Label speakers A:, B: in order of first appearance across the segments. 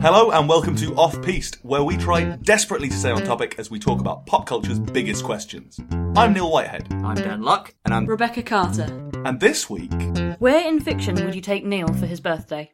A: Hello and welcome to Off Piste, where we try desperately to stay on topic as we talk about pop culture's biggest questions. I'm Neil Whitehead,
B: I'm Dan Luck.
C: And I'm
D: Rebecca Carter.
A: and this week,
D: Where in fiction would you take Neil for his birthday?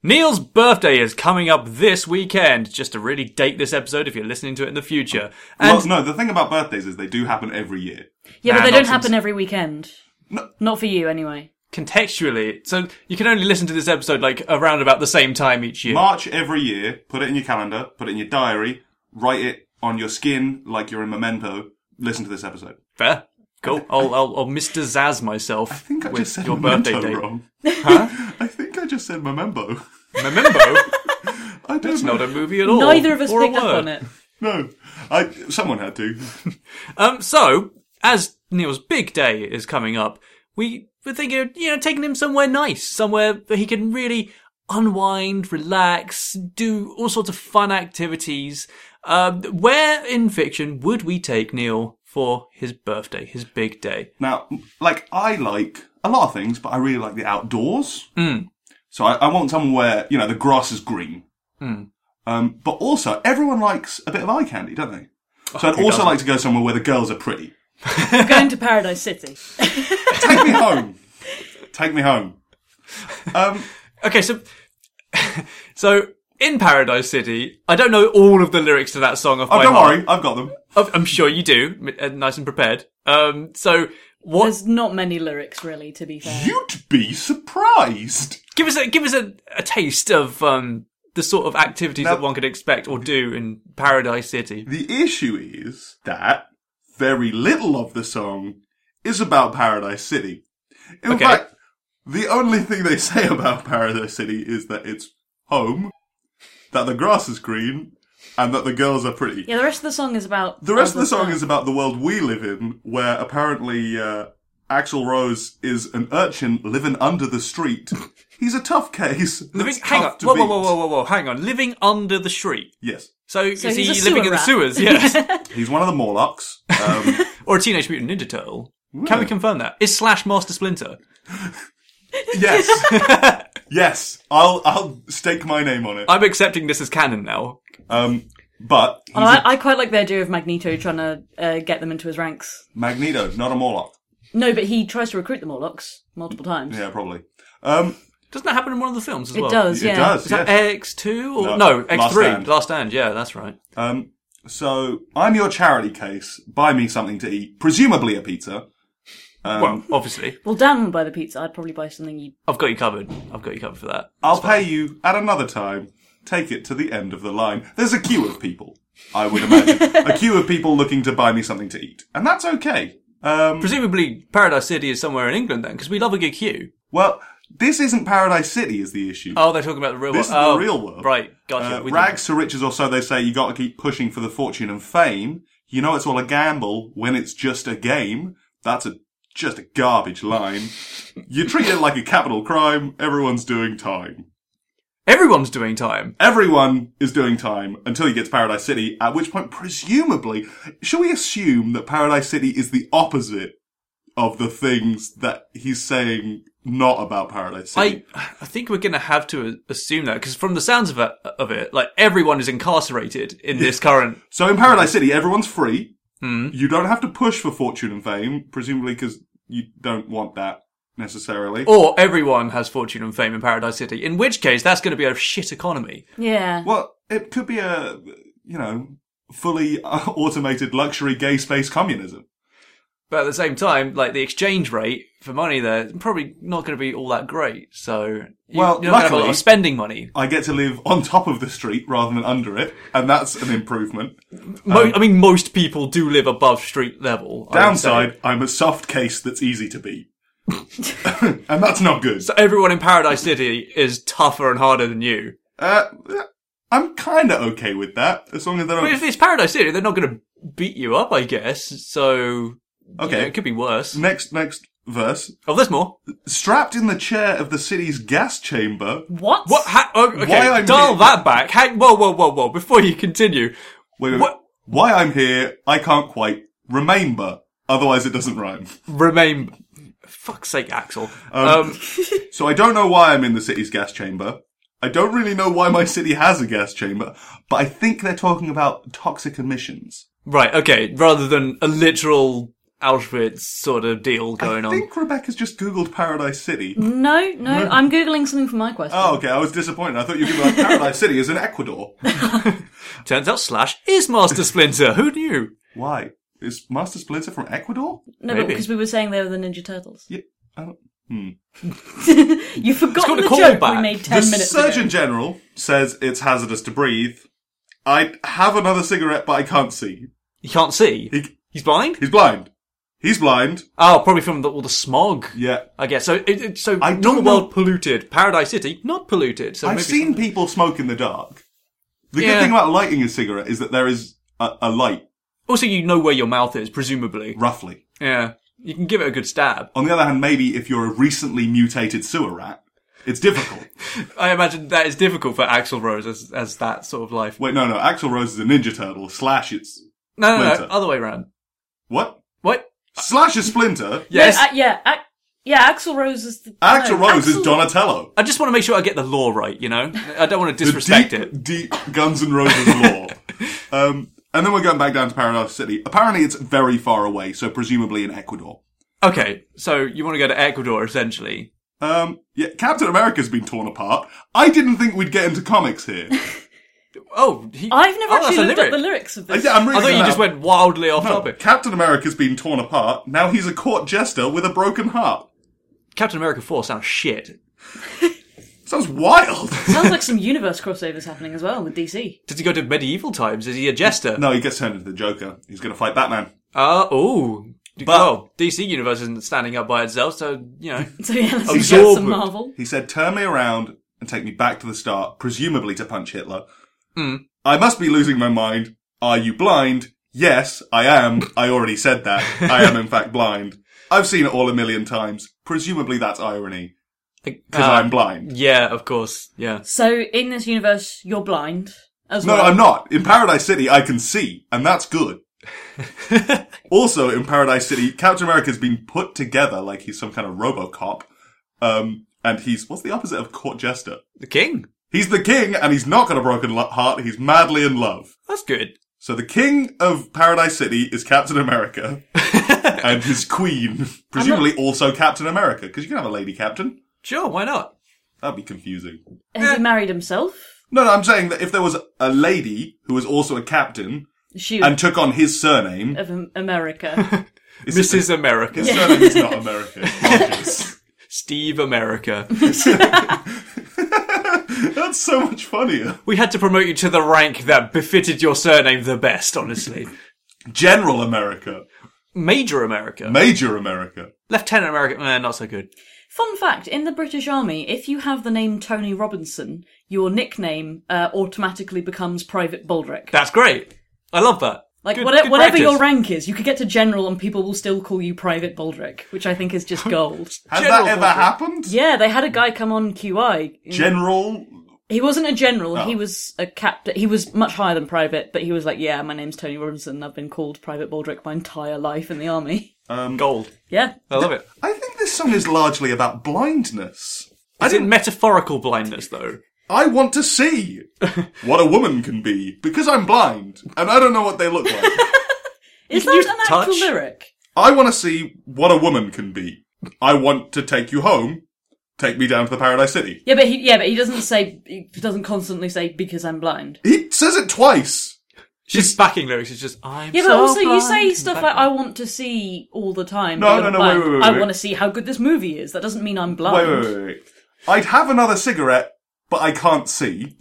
B: Neil's birthday is coming up this weekend, just to really date this episode if you're listening to it in the future. And
A: well, no, the thing about birthdays is they do happen every year.
D: Yeah,
B: Nah,
D: but they
B: not
D: don't
B: since-
D: happen every weekend.
A: No.
D: Not for you, anyway.
B: contextually, so you can only listen to this episode like around about the same time each year.
A: March every year. Put it in your calendar. Put it in your diary. Write it on your skin like you're in memento. Listen to this episode.
B: Fair. Cool. I'll, I'll, I'll Mr. Zaz myself
A: I think I
B: with
A: just said
B: your
A: memento
B: birthday date.
A: wrong.
B: Huh?
A: I think I just said memento.
B: Memento?
A: I don't
B: It's
A: know.
B: not a movie at all.
D: Neither of us
B: or a
D: picked up
B: word.
D: on it.
A: No, I, someone had to.
B: Um, so, as Neil's big day is coming up, we were thinking, of, you know, taking him somewhere nice, somewhere that he can really unwind, relax, do all sorts of fun activities. Um, where in fiction would we take Neil for his birthday, his big day?
A: Now, like, I like a lot of things, but I really like the outdoors.
B: Hmm.
A: So I, I want somewhere, you know, the grass is green.
B: Hmm.
A: Um, but also, everyone likes a bit of eye candy, don't they? So I'd
B: who
A: also
B: doesn't?
A: like to go somewhere where the girls are pretty.
D: We're going to Paradise City.
A: Take me home. Take me home. Um,
B: Okay, so, so in Paradise City, I don't know all of the lyrics to that song off
A: oh,
B: by
A: don't
B: heart. Oh,
A: worry, I've got them.
B: I'm- I'm sure you do, m- uh, nice and prepared. Um, so what?
D: There's not many lyrics, really, to be fair.
A: You'd be surprised.
B: give us a give us a, a taste of um the sort of activities
A: Now-
B: that one could expect or do in Paradise City.
A: The issue is that very little of the song is about Paradise City. In
B: Okay.
A: fact, the only thing they say about Paradise City is that it's home, that the grass is green, and that the girls are pretty.
D: Yeah, the rest of the song is about.
A: The rest of
D: other
A: the song
D: stuff.
A: is about the world we live in, where apparently uh, Axel Rose is an urchin living under the street. He's a tough case.
B: Living,
A: that's
B: hang on,
A: tough to
B: whoa, whoa,
A: beat.
B: whoa, whoa, whoa, whoa, hang on. Living under the street.
A: Yes,
B: So, is
D: he's
B: he
D: a
B: living in
D: sewer
B: the
D: rat.
B: sewers? Yes.
A: he's one of the Morlocks. Um,
B: or a Teenage Mutant Ninja Turtle. Can we confirm that? Is Slash Master Splinter?
A: Yes. yes. I'll I'll stake my name on it.
B: I'm accepting this as canon now.
A: Um but he's
D: Oh, I, I quite like the idea of Magneto trying to uh, get them into his ranks.
A: Magneto, not a Morlock.
D: No, but he tries to recruit the Morlocks multiple times.
A: Yeah, probably. Um
B: Doesn't that happen in one of the films as
D: It
B: well?
D: does, yeah.
A: it does,
B: Is
A: yeah.
B: that X2 or
A: No,
B: no, X3?
A: Last Stand.
B: Last Stand, yeah, that's right.
A: um so I'm your charity case. Buy me something to eat, presumably a pizza. Um,
B: well, obviously.
D: Well, Dan will buy the pizza. I'd probably buy something you.
B: I've got you covered. I've got you covered for that.
A: I'll pay you at another time. Take it to the end of the line. There's a queue of people, I would imagine. a queue of people looking to buy me something to eat. And that's okay. Um
B: Presumably, Paradise City is somewhere in England then, because we love a good queue.
A: well, this isn't Paradise City is the issue.
B: Oh, they're talking about the real
A: This is
B: world. oh,
A: the real world.
B: Right, gotcha.
A: Uh,
B: We-
A: rags to riches, or so they say, you gotta keep pushing for the fortune and fame. You know it's all a gamble when it's just a game. That's a, just a garbage line. you treat it like a capital crime, everyone's doing time.
B: Everyone's doing time.
A: Everyone is doing time until he gets Paradise City, at which point, presumably, should we assume that Paradise City is the opposite of the things that he's saying not about Paradise City?
B: I, I think we're going to have to assume that, because from the sounds of it, of it, like everyone is incarcerated in this current.
A: So in Paradise City, everyone's free.
B: Hmm.
A: You don't have to push for fortune and fame, presumably because you don't want that necessarily.
B: Or everyone has fortune and fame in Paradise City, in which case that's going to be a shit economy.
D: Yeah.
A: Well, it could be a, you know, fully uh, automated luxury gay space communism.
B: But at the same time, like the exchange rate for money there is probably not going to be all that great. So you,
A: Well,
B: you're not gonna have a lot
A: luckily-
B: of spending money.
A: I get to live on top of the street rather than under it, and that's an improvement.
B: Mo-
A: um,
B: I mean, most people do live above street level. I would say.
A: Downside, I'm a soft case that's easy to beat. and that's not good.
B: So everyone in Paradise City is tougher and harder than you.
A: Uh, I'm kind of okay with that, as long as they
B: But if
A: don't.
B: it's Paradise City, they're not going to beat you up, I guess. So you know,
A: Okay,
B: it could be worse.
A: next, next verse.
B: Oh, there's more.
A: strapped in the chair of the city's gas chamber.
D: What?
B: What? Ha- oh, okay,
A: Why I'm
B: dial
A: here-
B: that back. Hang- whoa, whoa, whoa, whoa! Before you continue,
A: Wait, wait,
B: What?
A: Why I'm here, I can't quite remember. Otherwise, it doesn't rhyme.
B: Remain. Fuck's sake, Axel. Um,
A: So I don't know why I'm in the city's gas chamber. I don't really know why my city has a gas chamber, but I think they're talking about toxic emissions.
B: right, okay. Rather than a literal Auschwitz sort of deal going
A: I
B: on.
A: think Rebecca's just googled Paradise City.
D: No, no, I'm googling something for my question.
A: Oh, okay. I was disappointed. I thought you were going to Paradise City is in Ecuador.
B: Turns out Slash is Master Splinter. Who knew?
A: Why? Is Master Splinter from Ecuador?
D: no,
B: maybe.
D: because we were saying they were the Ninja Turtles.
A: Yeah. I don't... hmm.
D: You forgot
B: got a
D: the joke
B: callback.
D: we made ten
A: the
D: minutes
A: Surgeon
D: ago.
A: General says it's hazardous to breathe. I have another cigarette, but I can't see.
B: You can't see.
A: He,
B: He's blind.
A: he's blind. He's blind.
B: Oh, probably from the, all the smog.
A: Yeah.
B: I guess so. It, it, so
A: I
B: not
A: don't know-
B: world polluted. Paradise City not polluted. So
A: I've
B: maybe
A: seen
B: some-
A: people smoke in the dark. The
B: Yeah.
A: good thing about lighting a cigarette is that there is a, a light,
B: Also, you know where your mouth is, presumably.
A: roughly.
B: Yeah, you can give it a good stab.
A: On the other hand, maybe if you're a recently mutated sewer rat, it's difficult.
B: I imagine that is difficult for Axel Rose as as that sort of life.
A: Wait, no, no. Axel Rose is a Ninja Turtle. Slash, it's
B: No, no, no,
A: Splinter.
B: other way around.
A: what?
B: What?
A: Slash is Splinter.
D: No,
B: Yes,
D: uh, yeah, Ac- yeah. Axel Rose is the
A: Axel
D: no,
A: Rose
D: Axl-
A: is Donatello.
B: I just want to make sure I get the law right. You know, I don't want to
A: The
B: disrespect
A: deep,
B: it.
A: Deep Guns N' Roses lore. Um, and then we're going back down to Paradise City. Apparently, it's very far away, so presumably in Ecuador.
B: Okay, so you want to go to Ecuador essentially?
A: Um, yeah, Captain America's been torn apart. I didn't think we'd get into comics here. Uh,
B: Oh, he,
D: I've never
B: oh, that's
D: actually
B: a
D: looked
B: lyric.
D: up the lyrics of
A: I,
D: this.
A: am
B: I
A: reading
B: thought
A: it
B: you
A: now.
B: just went wildly off
A: No,
B: topic.
A: Captain America's been torn apart. Now he's a court jester with a broken heart.
B: Captain America Four sounds shit.
A: Sounds wild.
D: Sounds like some universe crossovers happening as well with DC.
B: Does he go to medieval times? Is he a jester?
A: no, he gets turned into the Joker. He's going to fight Batman.
B: Uh, oh. well, DC Universe isn't standing up by itself, so, you know.
D: So yeah, let's
B: Absorbent.
D: get some Marvel.
A: He said, "Turn me around and take me back to the start, presumably to punch Hitler." I must be losing my mind. Are you blind? Yes, I am. I already said that. I am in fact blind. I've seen it all a million times. Presumably that's irony because
B: uh,
A: I'm blind.
B: Yeah, of course. Yeah.
D: So in this universe, you're blind as
A: No,
D: well.
A: I'm not. In Paradise City, I can see, and that's good. also, in Paradise City, Captain America's been put together like he's some kind of RoboCop, um, and he's what's the opposite of court jester?
B: The king.
A: He's the king, and he's not got a broken lo- heart. He's madly in love.
B: That's good.
A: So the king of Paradise City is Captain America, and his queen, presumably also Captain America, because you can have a lady captain.
B: Sure, why not?
A: That'd be confusing.
D: Has he married himself?
A: No, no, I'm saying that if there was a lady who was also a captain
D: She
A: and took on his surname,
D: of Am- America.
A: is it-
B: Mrs. America.
A: his surname is not America. It's Rogers.
B: Steve America.
A: That's so much funnier.
B: we had to promote you to the rank that befitted your surname the best, honestly.
A: General America,
B: Major America.
A: Major America.
B: Lieutenant America. Eh, not so good.
D: Fun fact: in the British Army, if you have the name Tony Robinson, your nickname uh, automatically becomes Private Baldrick.
B: That's great. I love that.
D: Like
B: Good-
D: whatever,
B: good
D: whatever
B: practice.
D: your rank is, you could get to general and people will still call you Private Baldrick, which I think is just gold.
A: Has
B: General
A: that ever
B: Baldrick.
A: happened?
D: yeah, they had a guy come on QI.
A: General.
D: He wasn't a general.
A: Oh.
D: He was a captain. He was much higher than private, but he was like, "Yeah, my name's Tony Robinson. I've been called Private Baldrick my entire life in the army."
B: Gold.
D: Yeah,
B: I love it.
A: I think this song is largely about blindness.
B: It's in metaphorical blindness, though.
A: I want to see what a woman can be because I'm blind and I don't know what they look like.
D: is
B: can
D: that
B: use
D: an actual
B: touch.
D: lyric?
A: I want to see what a woman can be. I want to take you home. Take me down to the Paradise City.
D: Yeah, but he yeah, but he doesn't say he doesn't constantly say because I'm blind.
A: He says it twice.
B: She's backing lyrics. It's just I'm.
D: Yeah, but
B: so
D: also you
B: blind.
D: say stuff
B: Back-
D: like "I want to see" all the time.
A: No, no,
D: but I'm
A: no, wait,
D: blind.
A: wait, wait,
D: I
A: wait.
D: want to see how good this movie is. That doesn't mean I'm
A: Wait,
D: blind.
A: wait, wait, wait. I'd have another cigarette, but I can't see.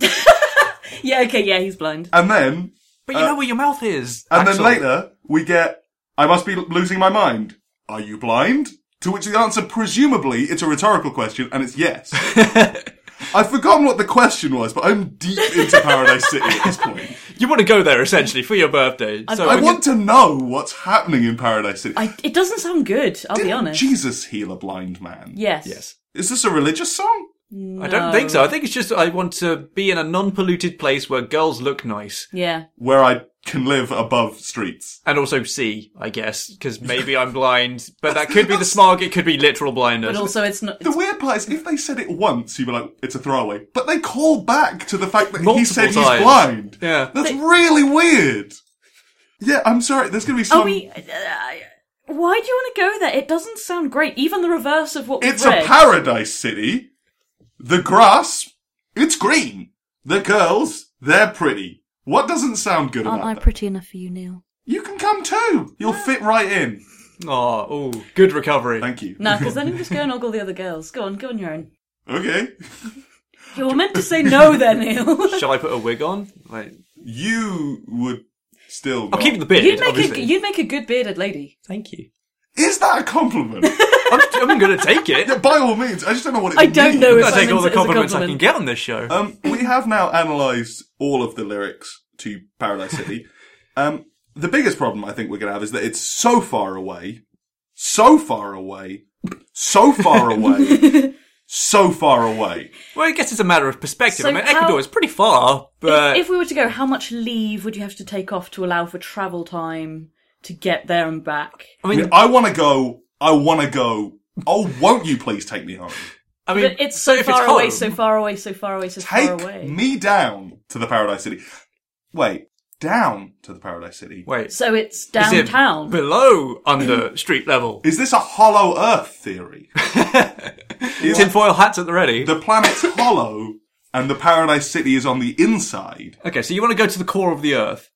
D: Yeah, okay, yeah, he's blind.
A: And then,
B: But you know where your mouth is.
A: and then
B: Axel.
A: later, we get, I must be l- losing my mind. Are you blind? To which the answer, presumably, it's a rhetorical question, and it's yes. I've forgotten what the question was, but I'm deep into Paradise City at this point.
B: You want to go there essentially for your birthday. So
A: I
B: we
A: want to know what's happening in Paradise City.
D: I, it doesn't sound good. I'll be
A: Didn't
D: honest.
A: Jesus heal a blind man.
D: Yes.
B: can- Yes.
A: Is this a religious song?
B: I don't think so. I think it's just I want to be in a non-polluted place where girls look nice.
D: Yeah.
A: Where I can live above streets.
B: And also see, I guess, because maybe I'm blind, but that could be the smog, it could be literal blindness.
D: But also, it's not.
A: The weird part is, if they said it once, you'd be like, "It's a throwaway," but they call back to the fact that he
B: Multiple
A: said
B: times.
A: he's blind.
B: Yeah.
A: that's really weird. Yeah, I'm sorry. There's gonna be some.
D: Are we? Uh, why do you want to go there? It doesn't sound great. Even the reverse of what we've
A: It's
D: read.
A: a paradise city. The grass, it's green. The girls, they're pretty. What doesn't sound good
C: Aren't I
A: about that?
C: pretty enough for you, Neil?
A: You can come too. You'll fit right in.
B: oh, ooh, good recovery.
A: Thank you.
D: Nah, because then you just go and ogle the other girls. Go on, go on your own.
A: Okay.
D: You were meant to say no there, Neil.
B: Shall I put a wig on? Like,
A: You would still.
B: I'll
A: not-
B: keep the beard.
D: you'd make
B: obviously.
D: a you'd make a good bearded lady.
B: Thank you.
A: Is that a compliment?
B: I'm, I'm going to take it.
A: yeah, by all means. I just don't know what it
D: I don't
A: means.
D: know
B: I'm
D: if
B: going to
D: I
B: take all
D: meant
B: the
D: it as a
B: compliments I can
D: compliment.
B: get on this show.
A: Um, we have now analysed all of the lyrics to Paradise City. um, the biggest problem I think we're going to have is that it's so far away, so far away, so far away, so far away.
B: well, I guess it's a matter of perspective.
D: So
B: I mean,
D: how-
B: Ecuador is pretty far, but
D: if, if we were to go, how much leave would you have to take off to allow for travel time to get there and back?
B: I
A: I
B: mean,
A: mean, I want to go. I want to go. Oh, won't you please take me home?
B: I mean,
D: but it's so,
B: if
D: far
B: it's
D: away,
B: home-
D: so far away, so far away, so far
A: Take
D: away.
A: me down to the Paradise City. Wait, down to the Paradise City.
B: Wait,
D: So it's
B: is it
D: downtown.
B: below under street level.
A: Is this a hollow Earth theory? Is-
B: Tinfoil hats at the ready.
A: the planet's hollow and the Paradise City is on the inside.
B: Okay, so you want to go to the core of the earth.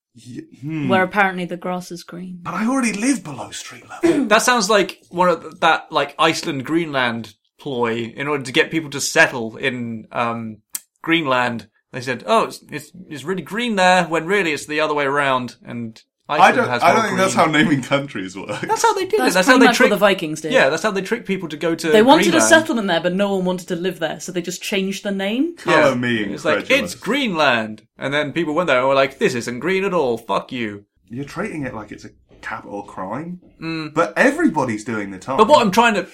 C: Where apparently the grass is green.
A: But I already live below street level.
B: That sounds like one of th- that like Iceland Greenland ploy in order to get people to settle in um Greenland. They said, "Oh, it's it's, it's really green there," when really it's the other way around and
A: I
B: Iceland
A: don't.
B: has
A: I
B: more
A: don't think that's
B: green.
A: how naming countries works.
B: That's how they did
D: That's,
B: it. That's how
D: pretty
B: they
D: much
B: trick
D: what the Vikings did.
B: Yeah, that's how they trick people to go to
D: They wanted a
B: Greenland.
D: settlement there, but no one wanted to live there, so they just changed the name.
A: Colour me
B: It's like
A: incredulous.
B: it's Greenland, and then people went there and were like, "This isn't green at all. Fuck you."
A: You're treating it like it's a capital crime, but everybody's doing the time.
B: Mm. But what I'm trying to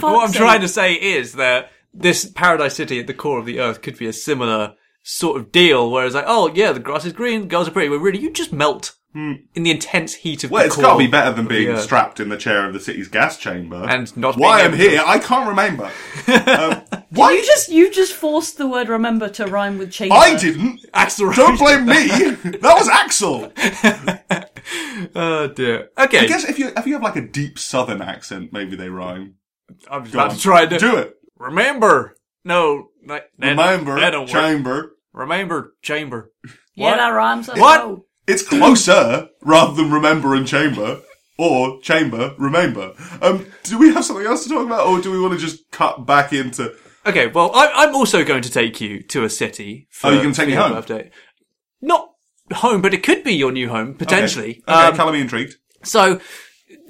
B: what I'm
D: sake.
B: trying to say is that this paradise city at the core of the earth could be a similar sort of deal, where it's like, "Oh yeah, the grass is green, the girls are pretty," but really you just melt in the intense heat of
A: Hmm. Well,
B: the
A: it's
B: core
A: got to be better than
B: of the
A: being
B: earth.
A: strapped in the chair of the city's gas chamber
B: And not
A: Why
B: being
A: I'm
B: able to-
A: here, I can't remember. um, why
D: You just you just forced the word "remember" to rhyme with "chamber."
A: I didn't.
B: Axel Rose
A: Don't
B: did
A: blame
B: that.
A: me. That was Axel.
B: Oh dear. Okay,
A: I guess if you if you have like a deep southern accent, maybe they rhyme.
B: I'm just
A: Go
B: about
A: on.
B: to try to
A: do it.
B: remember. No, like, that-
A: Remember,
B: that don't work.
A: chamber.
B: Remember chamber.
D: Yeah,
B: What?
D: that rhymes. I
B: What?
D: know.
A: It's closer rather than remember and chamber. Or chamber, remember. Um, do we have something else to talk about, or do we want to just cut back into?
B: Okay, well, I, I'm also going to take you to a city. For,
A: Oh, you're gonna take
B: for
A: me
B: your
A: home?
B: Birthday. Not home, but it could be your new home potentially.
A: Okay, okay
B: Um,
A: colour me intrigued.
B: so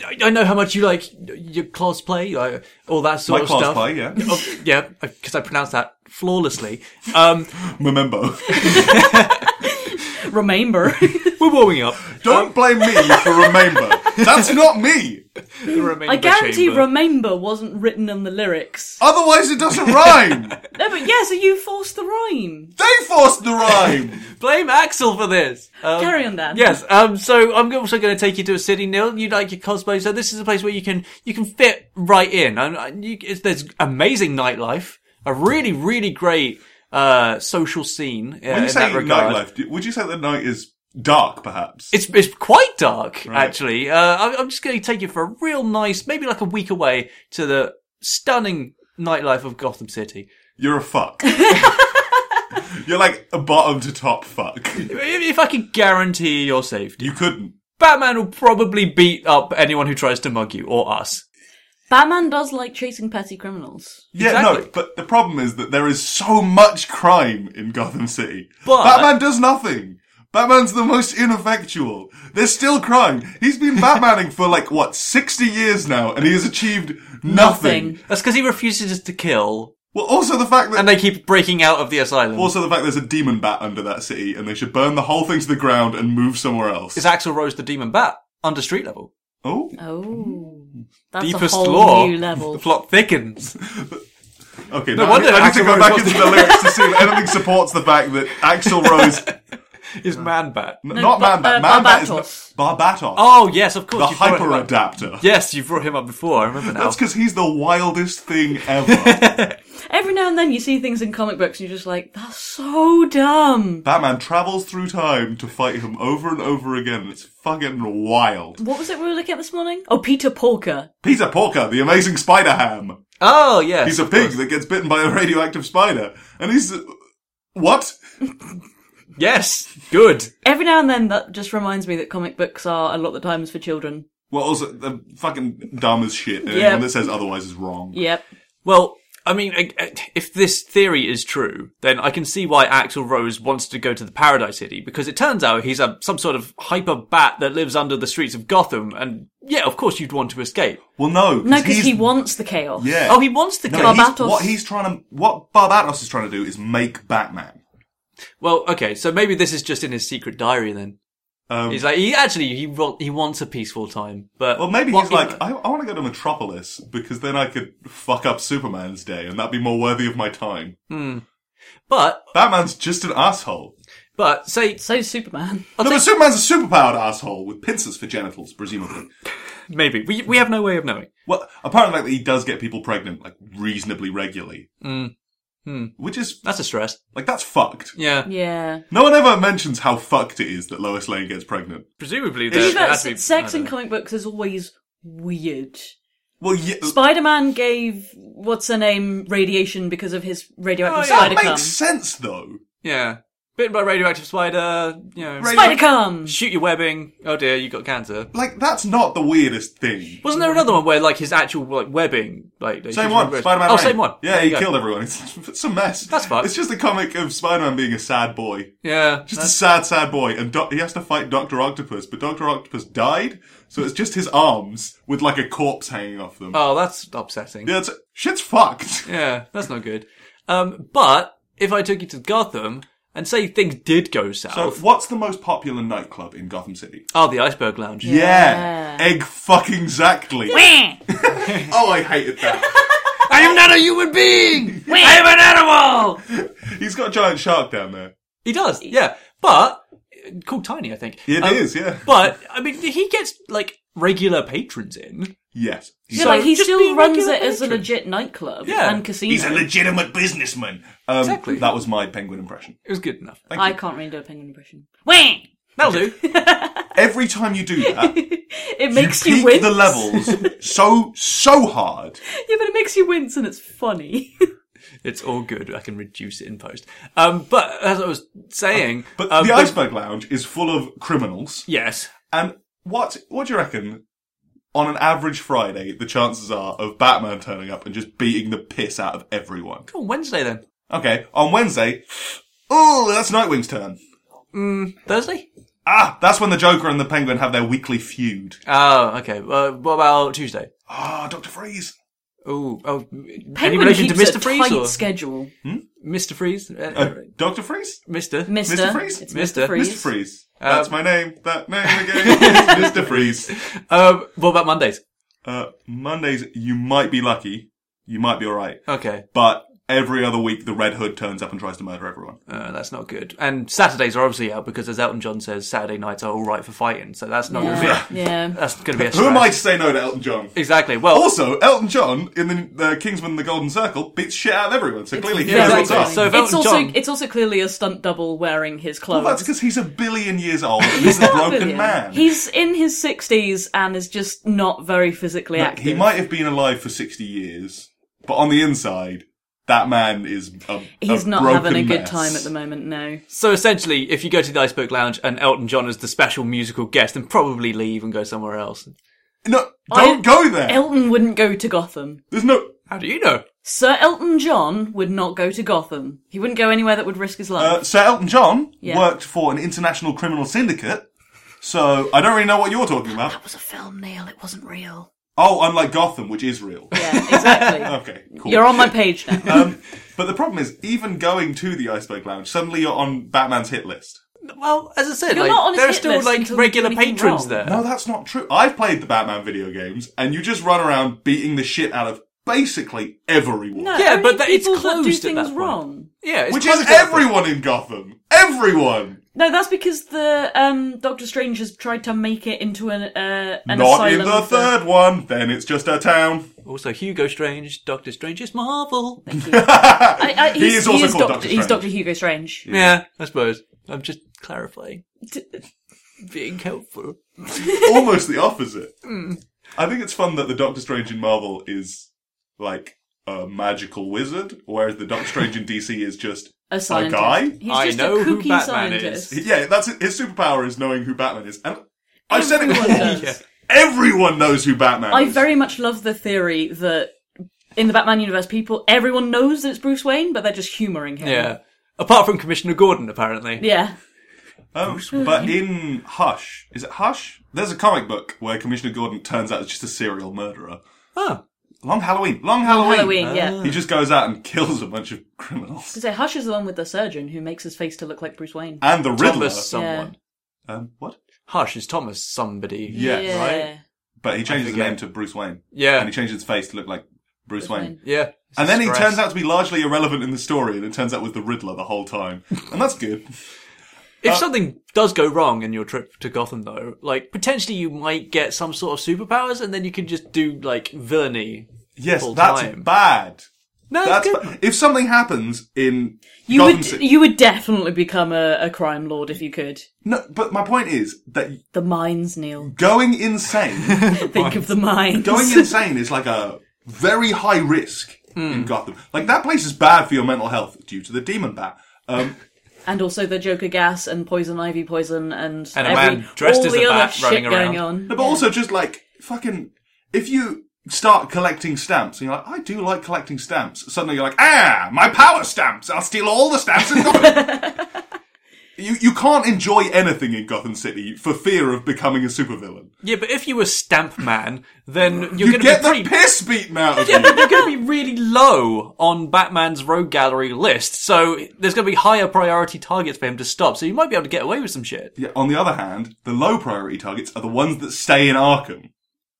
B: I, I know how much you like your cosplay, uh, all that
A: My
B: sort of stuff.
A: cosplay, yeah.
B: Oh, yeah, because I pronounced that flawlessly. Um,
A: Remember,
D: Remember.
B: we're warming up.
A: don't blame me for remember. That's not me.
D: I guarantee "remember" wasn't written in the lyrics.
A: Otherwise, it doesn't rhyme.
D: No, but yeah, so you forced the rhyme.
A: They forced the rhyme.
B: Blame Axel for this. Um,
D: Carry on, Dan.
B: Yes. Um, so I'm also going to take you to a city, Neil. You like your cosplay, so this is a place where you can you can fit right in. And uh, you, it's, there's amazing nightlife, a really really great uh, social scene uh,
A: When
B: in
A: you say
B: that regard.
A: nightlife, do- would you say that night is dark, perhaps?
B: It's it's quite dark actually. Uh, I- I'm just going to take you for a real nice, maybe like a week away to the stunning nightlife of Gotham City.
A: You're a fuck. You're like a bottom to top fuck.
B: If, if I could guarantee your safety,
A: You couldn't.
B: Batman will probably beat up anyone who tries to mug you or us.
D: Batman does like chasing petty criminals.
A: Yeah, no,
B: Exactly.
A: but the problem is that there is so much crime in Gotham City.
B: But-
A: Batman does nothing. Batman's the most ineffectual. There's still crime. He's been Batmaning for like, what, 60 years now, and he has achieved nothing.
D: Nothing.
B: That's because he refuses to kill,
A: Well, also the fact that.
B: and they keep breaking out of the asylum.
A: also the fact there's a demon bat under that city, and they should burn the whole thing to the ground and move somewhere else.
B: Is Axel Rose the demon bat under street level?
A: oh,
D: Oh, that's
B: Deepest
D: a whole
B: law.
D: new level.
B: The plot thickens.
A: okay.
B: No
A: now
B: wonder
A: I need to
B: Axl
A: go
B: Rose
A: back
B: wants
A: into
B: to-
A: the lyrics to see if anything supports the fact that Axel Rose
B: is Man Bat.
A: N- Not
D: Ba-
A: Man Bat.
D: uh,
A: Man Bat is
D: Barbatos.
A: not- Barbatos.
B: Oh yes, of course.
A: the
B: you brought him
A: hyper
B: up.
A: adapter.
B: Yes, you brought him up before. I remember now.
A: That's because he's the wildest thing ever.
D: Every now and then you see things in comic books and you're just like, that's so dumb.
A: Batman travels through time to fight him over and over again. It's fucking wild.
D: What was it we were looking at this morning? Oh, Peter Porker.
A: Peter Porker, the amazing spider ham.
B: Oh yes,
A: He's a
B: of
A: pig
B: course.
A: that gets bitten by a radioactive spider. And he's. What?
B: Yes, good.
D: Every now and then that just reminds me that comic books are a lot of the times for children.
A: Well, also, the fucking dumb as shit. And
D: Yeah.
A: anyone that says otherwise is wrong.
D: Yep.
B: Well, I mean, I- I- if this theory is true, then I can see why Axel Rose wants to go to the Paradise City because it turns out he's a some sort of hyper bat that lives under the streets of Gotham, and yeah, of course you'd want to escape.
A: Well, no.
D: No, because
A: he's-
D: he wants the chaos.
A: Yeah.
B: Oh, he wants to.
A: No,
B: go.
A: he's-
D: Barbatos.
A: what he's trying to. What Barbatos is trying to do is make Batman.
B: well, okay, so maybe this is just in his secret diary then.
A: Um,
B: He's like, he actually he wa- he wants a peaceful time, but
A: Well, maybe
B: what
A: he's
B: in
A: like,
B: the-
A: I, I want to go to Metropolis because then I could fuck up Superman's day and that'd be more worthy of my time.
B: but
A: Batman's just an asshole.
B: but say
D: So is Superman.
B: Uh,
A: no, but Superman's a superpowered asshole with pincers for genitals, presumably.
B: maybe we we have no way of knowing.
A: well, apparently, like, he does get people pregnant, like, reasonably regularly. Which is,
B: That's a stress.
A: like, that's fucked.
B: Yeah,
D: Yeah.
A: No one ever mentions how fucked it is that Lois Lane gets pregnant.
B: presumably
D: To
B: there,
D: be
B: there
D: fair,
B: has to be
D: se- sex
B: I
D: in
B: don't know.
D: comic books is always weird.
A: Well, yeah.
D: Spider Man gave what's her name radiation because of his radioactive
B: Oh, yeah.
A: that
D: spider
A: makes
D: cum.
A: sense, though.
B: Yeah, bitten by radioactive spider. You know,
A: Radio-
D: Spider cum!
B: shoot your webbing. Oh dear, you got cancer.
A: Like, that's not the weirdest thing.
B: Wasn't there another one where like his actual like webbing, like they
A: Same
B: used
A: one,
B: to-
A: Spider Man.
B: Oh, same one.
A: Yeah,
B: There
A: he
B: you go.
A: killed everyone. It's, it's a mess.
B: That's fucked.
A: It's just a comic of Spider Man being a sad boy.
B: Yeah,
A: Just
B: that's-
A: a sad, sad boy, and doc he has to fight Doctor Octopus, but Doctor Octopus died, so it's just his arms with like a corpse hanging off them.
B: oh, that's upsetting.
A: yeah, it's, shit's fucked.
B: Yeah, that's not good. Um, but if I took you to Gotham and say things did go
A: So,
B: south,
A: what's the most popular nightclub in Gotham City?
B: oh, the Iceberg Lounge.
A: Yeah, egg fucking exactly. oh, I hated that.
B: I am not a human being. I am an animal.
A: He's got a giant shark down there.
B: He does, yeah. But called Tiny, I think.
A: It is,
B: Um,
A: yeah.
B: But I mean, he gets like regular patrons in.
A: Yes, he's,
D: Yeah, like he
B: just
D: still
B: being
D: runs it
B: regular
D: as a
B: patron.
D: legit nightclub
B: Yeah.
D: and casino.
A: he's a legitimate businessman. Um,
B: Exactly.
A: That was my penguin impression.
B: It was good enough.
D: I can't really do a penguin impression. Wah!
B: That'll do.
A: Every time you do that,
D: It makes
A: you
D: you,
A: peak
D: wince.
A: the levels so so hard.
D: Yeah, but it makes you wince and it's funny.
B: It's all good. I can reduce it in post. Um, but as I was saying,
A: But
B: um,
A: the iceberg lounge is full of criminals.
B: yes,
A: And what what do you reckon? On an average Friday, the chances are of Batman turning up and just beating the piss out of everyone.
B: on Oh, Wednesday then,
A: Okay, on Wednesday, oh, that's Nightwing's turn.
B: Thursday.
A: Ah, that's when the Joker and the Penguin have their weekly feud.
B: Oh, okay. Uh, what about Tuesday?
A: Ah, Doctor Freeze.
B: Oh, oh, any
D: Penguin
B: relation
D: keeps
B: to Mister
D: a
B: Freeze
D: tight
B: or
D: schedule.
B: Mister Freeze? Uh,
A: Uh, Doctor Freeze?
B: Mister.
D: Mister.
A: Mr. Freeze?
D: It's
B: Mister.
D: Mr. Freeze.
A: Mr. Freeze. That's my name. That name again is Mr. Freeze.
B: Um, what about Mondays?
A: Uh, Mondays, you might be lucky. You might be alright.
B: Okay,
A: But every other week, the Red Hood turns up and tries to murder everyone.
B: uh, that's not good. And Saturdays are obviously out because, as Elton John says, Saturday nights are all right for fighting. So that's not.
D: Yeah. yeah.
B: That's going to be a.
A: Who am I
B: stress.
A: to say no to Elton John?
B: Exactly. Well,
A: Also, Elton John in the uh, Kingsman: and The Golden Circle beats shit out of everyone, so clearly he knows
B: very
A: what's
B: good.
A: up.
B: So if
D: it's
B: Elton
D: also
B: John-
D: it's also clearly a stunt double wearing his
A: well,
D: clothes.
A: that's because he's a billion years old. and He's a broken
D: Brilliant.
A: man.
D: He's in his sixties and is just not very physically
A: Look,
D: active.
A: he might have been alive for sixty years, but on the inside, that man is a,
D: He's
A: a
D: not
A: broken
D: having a good
A: mess.
D: time at the moment. No,
B: So essentially, if you go to the Iceberg Lounge and Elton John is the special musical guest, then probably leave and go somewhere else.
A: No, don't
D: I-
A: go there.
D: Elton wouldn't go to Gotham.
A: There's no.
B: How do you know?
D: Sir Elton John would not go to Gotham. He wouldn't go anywhere that would risk his life.
A: Uh, Sir Elton John
D: Yeah.
A: worked for an international criminal syndicate, so I don't really know what you're talking about.
C: was a film, Neil. It wasn't real.
A: Oh, unlike Gotham, which is real.
D: yeah, exactly.
A: Okay, cool.
D: You're on my page now.
A: Um, but the problem is, even going to the Iceberg Lounge, suddenly you're on Batman's hit list.
B: Well, as I said,
D: You're
B: like,
D: not on his
B: there are
D: hit
B: still
D: list
B: like
D: until you do
B: regular
D: anything
B: patrons
D: wrong.
B: there.
A: No, that's not true. I've played the Batman video games, and you just run around beating the shit out of basically everyone.
D: No,
B: Yeah,
D: only
B: but that- it's
D: people that do
B: closed at
D: things
B: that point.
D: wrong.
B: Yeah, it's
A: Which is
B: closed off.
A: everyone in Gotham. Everyone.
D: No, that's because the um, Doctor Strange has tried to make it into an uh, an
A: Not
D: asylum
A: in the
D: for-
A: third one. Then it's just a town.
B: Also, Hugo Strange, Doctor Strange is Marvel.
D: Thank you. I, I, he's,
A: He is also
D: he is
A: called
D: Doctor,
A: Doctor
D: He's
A: Strange.
D: Doctor Hugo Strange.
B: Yeah, I suppose. I'm just clarifying. Being helpful.
A: Almost the opposite.
D: Hmm.
A: I think it's fun that the Doctor Strange in Marvel is like a magical wizard, whereas the Doctor Strange in DC is just
D: A scientist.
A: guy?
D: He's
B: I
D: just
B: know
D: a
B: who
D: kooky
B: Batman is.
D: scientist.
A: yeah. That's it. his superpower is knowing who Batman is, and I've said it
D: Everyone
A: before.
D: does.
B: Yeah.
A: Everyone knows who Batman
D: I
A: is.
D: very much love the theory that in the Batman universe, people everyone knows that it's Bruce Wayne, but they're just humouring him.
B: Yeah. Apart from Commissioner Gordon, apparently.
D: Yeah.
A: Oh, but in Hush, is it Hush? There's a comic book where Commissioner Gordon turns out it's just a serial murderer.
B: Oh.
A: Long Halloween. Long Halloween. Ah.
D: Halloween, yeah.
A: He just goes out and kills a bunch of criminals.
D: To say Hush is the one with the surgeon who makes his face to look like Bruce Wayne.
A: And the Riddler.
B: Thomas someone.
A: Um, what?
B: Hush is Thomas somebody.
A: Yeah,
B: right.
A: But he changes his
B: forget.
A: name to Bruce Wayne.
B: Yeah.
A: And he changes his face to look like Bruce,
D: Bruce
A: Wayne.
D: Wayne.
B: Yeah.
A: And then he
B: Stress.
A: turns out to be largely irrelevant in the story, and it turns out was the Riddler the whole time. And that's good.
B: If
A: Uh,
B: something does go wrong in your trip to Gotham, though, like potentially you might get some sort of superpowers, and then you can just do like villainy.
A: Yes,
B: Full
A: that's
B: time.
A: bad.
B: No,
A: That's
B: it's good.
A: ba- if something happens in
D: You
A: Gotham
D: would
A: City-
D: you would definitely become a, a crime lord if you could.
A: no, but my point is that
D: The mines, Neil.
A: going insane
D: Think of the mines.
A: going insane is like a very high risk
B: Hmm.
A: in Gotham. Like that place is bad for your mental health due to the demon bat. Um,
D: and also the Joker gas and poison ivy poison and,
B: And a
D: every,
B: man dressed
D: all
B: as
D: the
B: a
D: other
B: bat
D: shit
B: running
D: going
B: around.
D: on.
A: but also just like fucking, if you start collecting stamps and you're like, I do like collecting stamps. Suddenly you're like, ah, my power stamps. I'll steal all the stamps in Gotham. You, you can't enjoy anything in Gotham City for fear of becoming a supervillain.
B: Yeah, but if you were Stamp Man, then you're
A: You
B: going to
A: get
B: be
A: the
B: pretty.
A: piss beaten out of
B: Yeah,
A: you.
B: but you're going to be really low on Batman's rogue gallery list, so there's going to be higher priority targets for him to stop. So you might be able to get away with some shit.
A: Yeah, on the other hand, the low priority targets are the ones that stay in Arkham.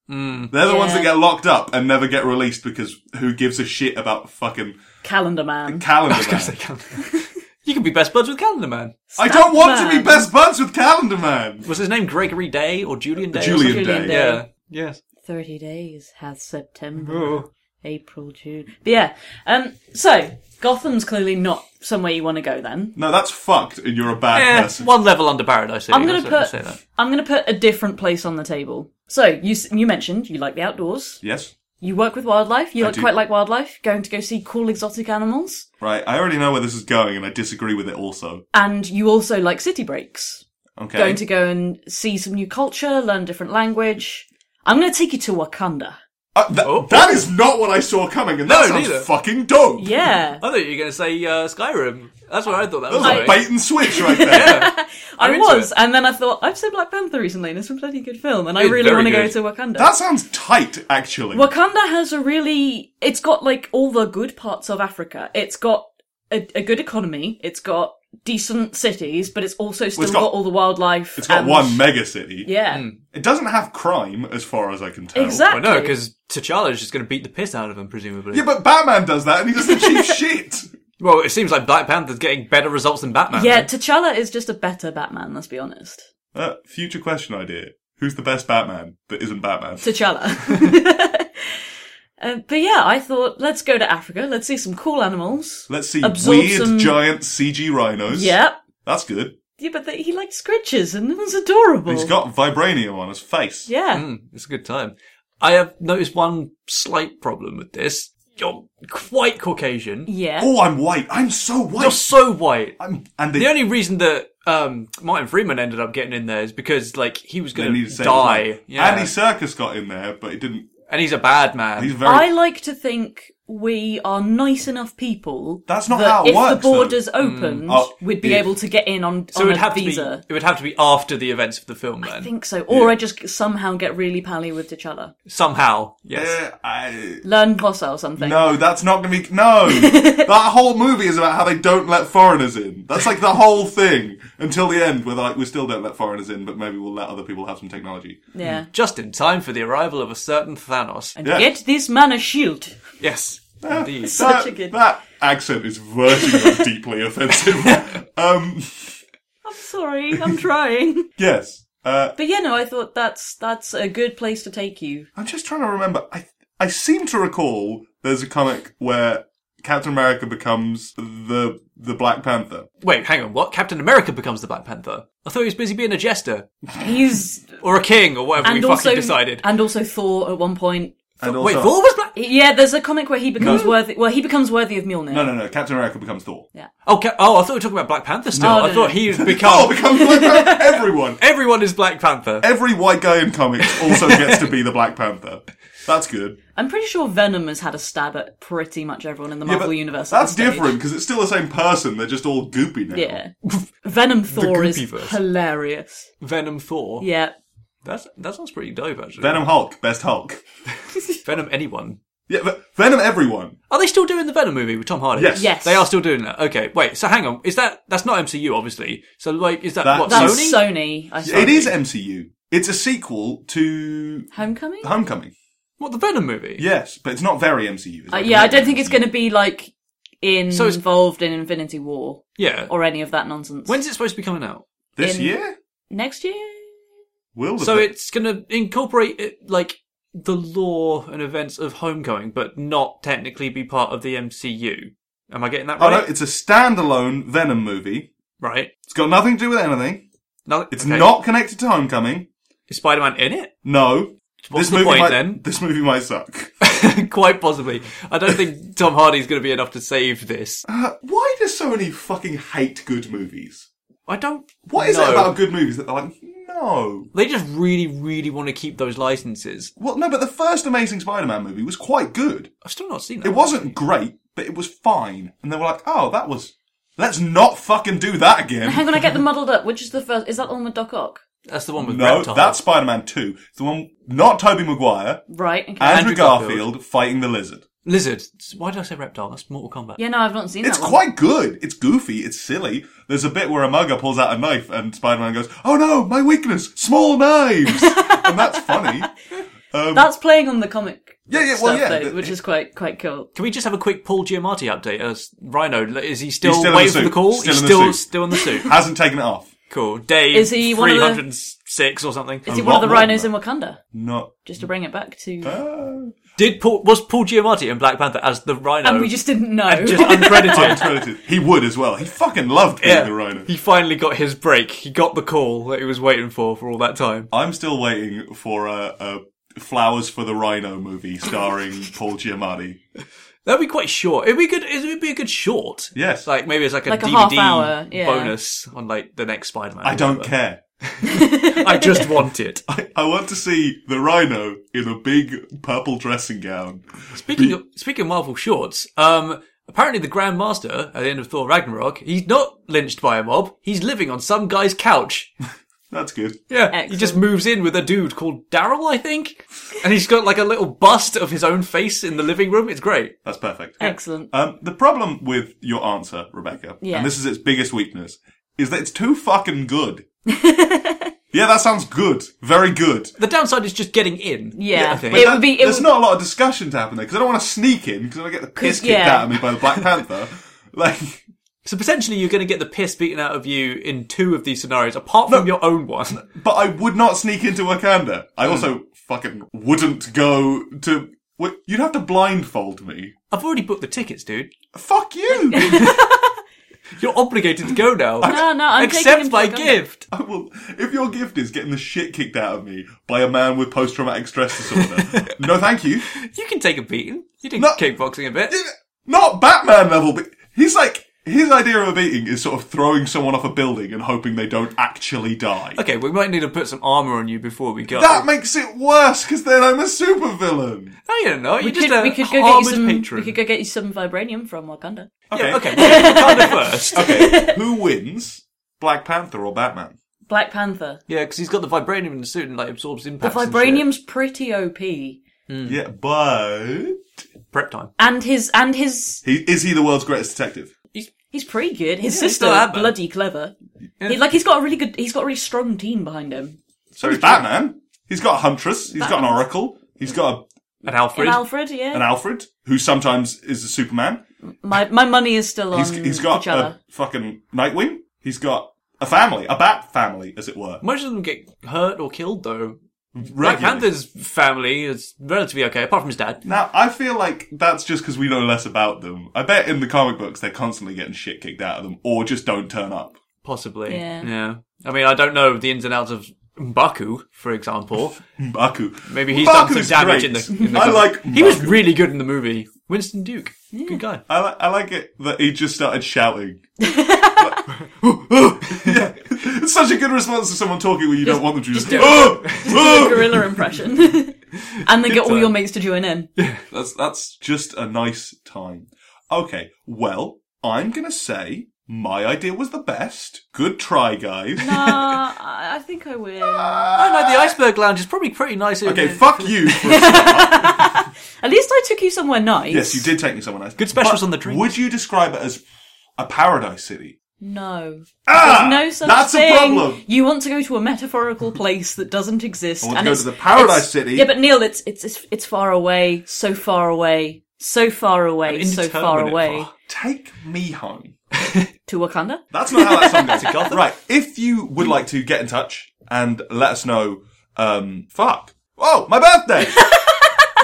B: Hmm.
A: They're the ones
D: Yeah.
A: that get locked up and never get released because who gives a shit about fucking
D: Calendar man.
A: Calendar Man?
B: you can be best buds with Calendar Man.
A: I don't want to be
D: Sandman.
A: best buds with Calendar Man.
B: Was his name Gregory Day or Julian Day? or
A: Julian, Day.
D: Julian Day.
B: something? Yeah. Yes.
D: Thirty days hath September. April, June. But yeah. Um so Gotham's clearly not somewhere you want to go then.
A: No, that's fucked, and you're a bad
B: Eh,
A: person.
B: one level under Paradise City.
D: I'm gonna
B: I'll certainly
D: put
B: say that.
D: I'm gonna put a different place on the table. So you s- you mentioned you like the outdoors.
A: Yes,
D: You work with wildlife. You
A: I
D: like-
A: do.
D: quite like wildlife. Going to go see cool exotic animals,
A: right. I already know where this is going, and I disagree with it. Also,
D: and you also like city breaks.
A: okay.
D: Going to go and see some new culture, learn different language. I'm going to take you to Wakanda.
A: Uh, tha-
B: Oh.
A: That is not what I saw coming, and that
B: No,
A: sounds
B: neither.
A: fucking dope.
D: Yeah,
B: I thought you were going to say uh, Skyrim. That's what I thought that
A: That
B: was.
A: was a
B: going.
A: bait and switch right there.
D: I
B: into
D: was,
B: it.
D: and then I thought I've seen Black Panther recently, and it's a bloody good film, and I
B: It's
D: really
B: very
D: want to go
B: good.
D: to Wakanda.
A: that sounds tight, actually.
D: Wakanda has a really, it's got like all the good parts of Africa. It's got a, a good economy. It's got decent cities, but it's also still
A: it's
D: got,
A: got-
D: all the wildlife.
A: It's got
D: and-
A: one mega city.
D: Yeah,
A: It doesn't have crime, as far as Oh, I can tell.
B: Well,
D: exactly.
B: no, because T'Challa's just going to beat the piss out of him, presumably.
A: Yeah, but Batman does that, and he doesn't achieve shit.
B: Well, it seems like Black Panther's getting better results than Batman.
D: yeah, T'Challa is just a better Batman. Let's be honest.
A: Uh, future question idea: Who's the best Batman that isn't Batman?
D: T'Challa. Uh, but yeah, I thought let's go to Africa. Let's see some cool animals.
A: Let's see
D: Absorb
A: weird
D: some-
A: giant CG rhinos.
D: Yep.
A: that's good.
D: Yeah, but they, he liked scritches, and it was adorable.
A: He's got vibranium on his face.
D: yeah.
B: Mm, it's a good time. I have noticed one slight problem with this. You're quite Caucasian.
D: Yeah.
A: Oh, I'm white. I'm so white.
B: You're so white.
A: I'm, and
B: The
A: they,
B: only reason that um, Martin Freeman ended up getting in there is because like he was
A: they
B: going
A: need to
B: to
A: say
B: die. Yeah.
A: Andy Circus got in there, but it didn't.
B: and he's a bad man.
A: He's very.
D: I like to think we are nice enough people.
A: That's not
D: that
A: how it
D: if
A: works,
D: the borders opened,
A: Oh,
D: we'd be
A: yeah.
D: able to get in on,
B: so it
D: on
B: would
D: a
B: have
D: visa.
B: to be. It would have to be after the events of the film, then
D: I think so. Or
A: Yeah.
D: I just somehow get really pally with T'Challa.
B: somehow. Yes.
A: Eh, I-
D: Learn Xhosa or something.
A: no, that's not gonna be. No, that whole movie is about how they don't let foreigners in. That's like the whole thing until the end, where they're like, we still don't let foreigners in, but maybe we'll let other people have some technology.
D: Yeah.
B: Just in time for the arrival of a certain Thanos.
D: And
A: Yeah.
D: get this man a shield.
B: Yes,
A: Ah.
B: indeed.
D: Such a good-
A: That accent is verging on deeply offensive. Um,
D: I'm sorry, I'm trying.
A: yes. Uh,
D: But yeah, no, I thought that's that's a good place to take you.
A: I'm just trying to remember. I I seem to recall there's a comic where Captain America becomes the the Black Panther.
B: Wait, hang on. What? Captain America becomes the Black Panther? I thought he was busy being a jester
D: He's
B: or a king or whatever
D: and
B: we
D: also
B: fucking decided.
D: and also Thor at one point.
A: And
B: Wait,
A: also-
B: Thor was black.
D: Yeah, there's a comic where he becomes worthy. Well, he becomes worthy of Mjolnir.
A: No, no, no. Captain America becomes Thor.
B: Oh, ca- oh, I thought we were talking about Black Panther still.
D: No, no,
B: I thought
D: no.
B: he has
A: Thor
B: become.
A: becomes Black Panther. Everyone,
B: Everyone is Black Panther.
A: every white guy in comics also gets to be the Black Panther. That's good.
D: I'm pretty sure Venom has had a stab at pretty much everyone in the
A: Yeah,
D: Marvel
A: but
D: universe. at
A: That's
D: this stage.
A: different because it's still the same person. They're just all goopy now.
D: Yeah, Venom Thor is
B: Goopyverse.
D: hilarious.
B: Venom Thor.
D: Yeah,
B: That's that sounds pretty dope actually.
A: Venom Hulk, best Hulk.
B: Venom anyone.
A: Yeah, but Venom everyone.
B: Are they still doing the Venom movie with Tom Hardy?
A: Yes.
D: Yes.
B: They are still doing that. Okay, wait. So hang on. Is that that's not MCU obviously? So like, is that
A: That
B: what
D: that's
B: Sony?
D: Sony. I saw.
A: It is MCU. It's a sequel to
D: Homecoming.
A: Homecoming.
B: what the Venom movie?
A: Yes, but it's not very MCU. It's
D: Uh,
A: like
D: yeah, I
A: not
D: don't think it's
A: MCU.
D: going to be like
B: So it's-
D: involved in Infinity War
B: Yeah.
D: or any of that nonsense.
B: When's it supposed to be coming out?
A: this
D: in-
A: year.
D: next year?
A: Will the
B: So
A: Ve-
B: it's gonna incorporate it, like the lore and events of Homecoming, but not technically be part of the MCU. Am I getting that
A: Oh
B: right?
A: no, it's a standalone Venom movie.
B: right.
A: It's got nothing to do with anything.
B: No,
A: It's
B: okay.
A: not connected to Homecoming.
B: Is Spider-Man in it?
A: No.
B: What's
A: this
B: the
A: movie
B: point
A: might,
B: then?
A: This movie might suck.
B: Quite possibly. I don't think Tom Hardy's going to be enough to save this.
A: Uh, why does Sony fucking hate good movies?
B: I don't.
A: What is
B: know.
A: it about good movies that they're like, no?
B: They just really, really want to keep those licenses.
A: Well, no, but the first Amazing Spider-Man movie was quite good.
B: I've still not seen that.
A: It wasn't great, but it was fine. And they were like, oh, that was. Let's not fucking do that again.
D: Hang on, I get them muddled up. Which is the first? Is that the one with Doc Ock?
B: That's the one with
A: No,
B: Reptile.
A: that's Spider-Man 2. It's the one, not Toby Maguire,
D: Right. Okay.
A: Andrew,
B: Andrew
A: Garfield,
B: Garfield.
A: fighting the lizard.
B: lizard. Why did I say reptile? That's Mortal Kombat.
D: yeah, no, I've not seen
A: It's
D: that one.
A: quite good. It's goofy. It's silly. There's a bit where a mugger pulls out a knife and Spider-Man goes, "Oh no, my weakness, small knives," and that's funny.
D: Um, That's playing on the comic.
A: Yeah, yeah, well,
D: stuff,
A: yeah,
D: though,
A: the-
D: which is quite quite cool.
B: Can we just have a quick Paul Giamatti update? As Rhino, is he still,
A: He's still in the
B: waiting for the
A: suit.
B: call?
A: Still
B: He's
A: in the
B: still
A: suit.
B: still in the suit.
A: Hasn't taken it off.
B: cool. Day
D: Is he one of the-
B: 306 or something?
D: Is he
A: A
D: one of
A: lot
D: the
A: more than
D: rhinos
A: that.
D: in Wakanda?
A: Not.
D: Just to bring it back to,
A: Uh,
B: Did Paul, was Paul Giamatti in Black Panther as the Rhino?
D: and we just didn't know.
B: just uncredited.
A: uncredited. he would as well. He fucking loved being the rhino.
B: He finally got his break. He got the call that he was waiting for for all that time.
A: I'm still waiting for a, a Flowers for the Rhino movie starring Paul Giamatti.
B: That'd be quite short. It'd be good. It'd be a good short.
A: Yes.
B: Like maybe it's like a
D: Like a
B: DVD
D: half hour, yeah.
B: bonus on like the next Spider-Man.
A: I
B: or
A: don't
B: whatever.
A: care.
B: I just want it.
A: I, I want to see the rhino in a big purple dressing gown.
B: Speaking of, speaking of Marvel shorts, um, apparently the Grand Master at the end of Thor Ragnarok, he's not lynched by a mob. He's living on some guy's couch.
A: That's good.
B: Yeah, he just moves in with a dude called Daryl, I think, and he's got like a little bust of his own face in the living room. It's great.
A: That's perfect.
D: Excellent.
A: Um, the problem with your answer, Rebecca,
D: Yeah.
A: and this is its biggest weakness, is that it's too fucking good. yeah, that sounds good. Very good.
B: The downside is just getting in.
D: Yeah.
B: I think.
D: It would
A: That-
D: be- it
A: there's
D: would-
A: not a lot of discussion to happen there because I don't want to sneak in because I get the piss kicked
D: yeah.
A: out of me by the Black Panther. like,
B: So potentially you're going to get the piss beaten out of you in two of these scenarios, apart from your own one.
A: but I would not sneak into Wakanda. I also fucking wouldn't go to. Wait, You'd have to blindfold me.
B: I've already booked the tickets, dude.
A: Fuck you.
B: You're obligated to go now.
D: no, no, I'm taking him
B: Accept
D: to
B: my
D: Wakanda.
B: gift.
A: I will. If your gift is getting the shit kicked out of me by a man with post traumatic stress disorder, no, thank you.
B: You can take a beating. You did
A: No.
B: kickboxing a bit.
A: Not Batman level, but he's like his idea of a beating is sort of throwing someone off a building and hoping they don't actually die.
B: Okay, we might need to put some armor on you before we go.
A: That makes it worse because then I'm a supervillain.
B: no, you don't know. You're
D: we
B: just
D: could,
B: a
D: we could go get you
B: harmless
D: some.
B: patron. Oh.
D: We could go get you some vibranium from Wakanda.
A: Okay,
B: Yeah, okay. Well, Wakanda first.
A: okay. Who wins, Black Panther or Batman?
D: Black Panther.
B: Yeah, because he's got the vibranium in the suit and like absorbs
D: The
B: impacts. and shit.
D: vibranium's pretty OP.
A: Yeah, but
B: prep time.
D: And his and his
A: he, is he the world's greatest detective?
D: he's pretty good. His
B: he's
D: sister
B: still
D: is
B: admin.
D: bloody clever. He, like he's got a really good he's got a really strong team behind him.
A: So is Batman. He's got a huntress. He's got an oracle. He's got
B: An Alfred.
D: And Alfred, yeah.
A: and Alfred, who sometimes is a Superman.
D: my my money is still on
A: He's, he's got
D: Coachella.
A: a fucking Nightwing. He's got a family, a bat family, as it were.
B: Most of them get hurt or killed though. Black
A: regularly.
B: Panther's family is relatively okay, apart from his dad.
A: Now, I feel like that's just because we know less about them. I bet in the comic books they're constantly getting shit kicked out of them or just don't turn up.
B: Possibly.
D: Yeah.
B: I mean, I don't know the ins and outs of Mbaku, for example.
A: Mbaku.
B: Maybe he's done
A: Mbaku's
B: some damage
A: great.
B: in the. In the
A: I like
B: He was
A: Mbaku.
B: really good in the movie. Winston Duke, good guy.
A: I, li- I like it that he just started shouting. yeah. It's such a good response to someone talking when you don't want them to just,
D: do it.
A: "Oh!
D: Do a gorilla impression. and then get all
B: time.
D: your mates to join in.
A: That's that's just a nice time. Okay, well, I'm gonna say my idea was the best. Good try, guys.
D: Nah, I I think I win.
B: I know the Iceberg Lounge is probably pretty nice. in-
A: Okay, fuck you. For a start.
D: At least I took you somewhere nice.
A: yes, you did take me somewhere nice.
B: Good specials on the drinks.
A: Would you describe it as a paradise city?
D: No.
A: Ah,
D: no such
A: that's
D: thing.
A: a problem.
D: You want to go to a metaphorical place that doesn't exist.
A: I want to
D: and
A: go
D: it's-
A: to the paradise
D: it's-
A: city.
D: Yeah, but Neil, it's it's it's, it's far away, so far away, so far away, so far
B: Indeterminate
D: away
B: far.
A: Take me home.
D: to Wakanda.
A: That's not how that song goes. right. If you would like to get in touch and let us know, um, fuck. Oh, my birthday.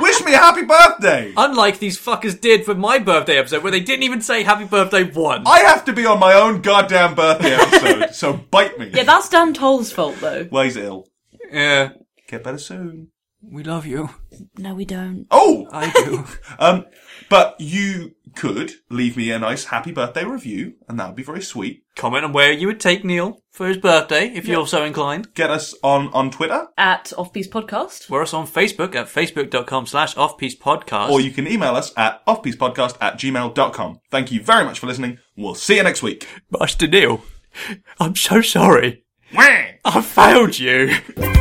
A: Wish me a happy birthday.
B: Unlike these fuckers did for my birthday episode, where they didn't even say happy birthday once.
A: I have to be on my own goddamn birthday episode, so bite me.
D: Yeah, that's Dan Toll's fault though.
A: Well, he's ill.
B: yeah.
A: Get better soon.
B: We love you.
C: No, we don't.
A: Oh,
B: I do.
A: um, but you could leave me a nice happy birthday review, and that would be very sweet.
B: Comment on where you would take Neil for his birthday, if you're so inclined.
A: Get us on on Twitter,
D: At Off Piece Podcast.
B: We're also on Facebook at facebook.com slash offpiecepodcast.
A: or you can email us at offpiecepodcast at gmail.com. Thank you very much for listening. We'll see you next week.
B: Master Neil, I'm so sorry.
A: Wah!
B: I failed you.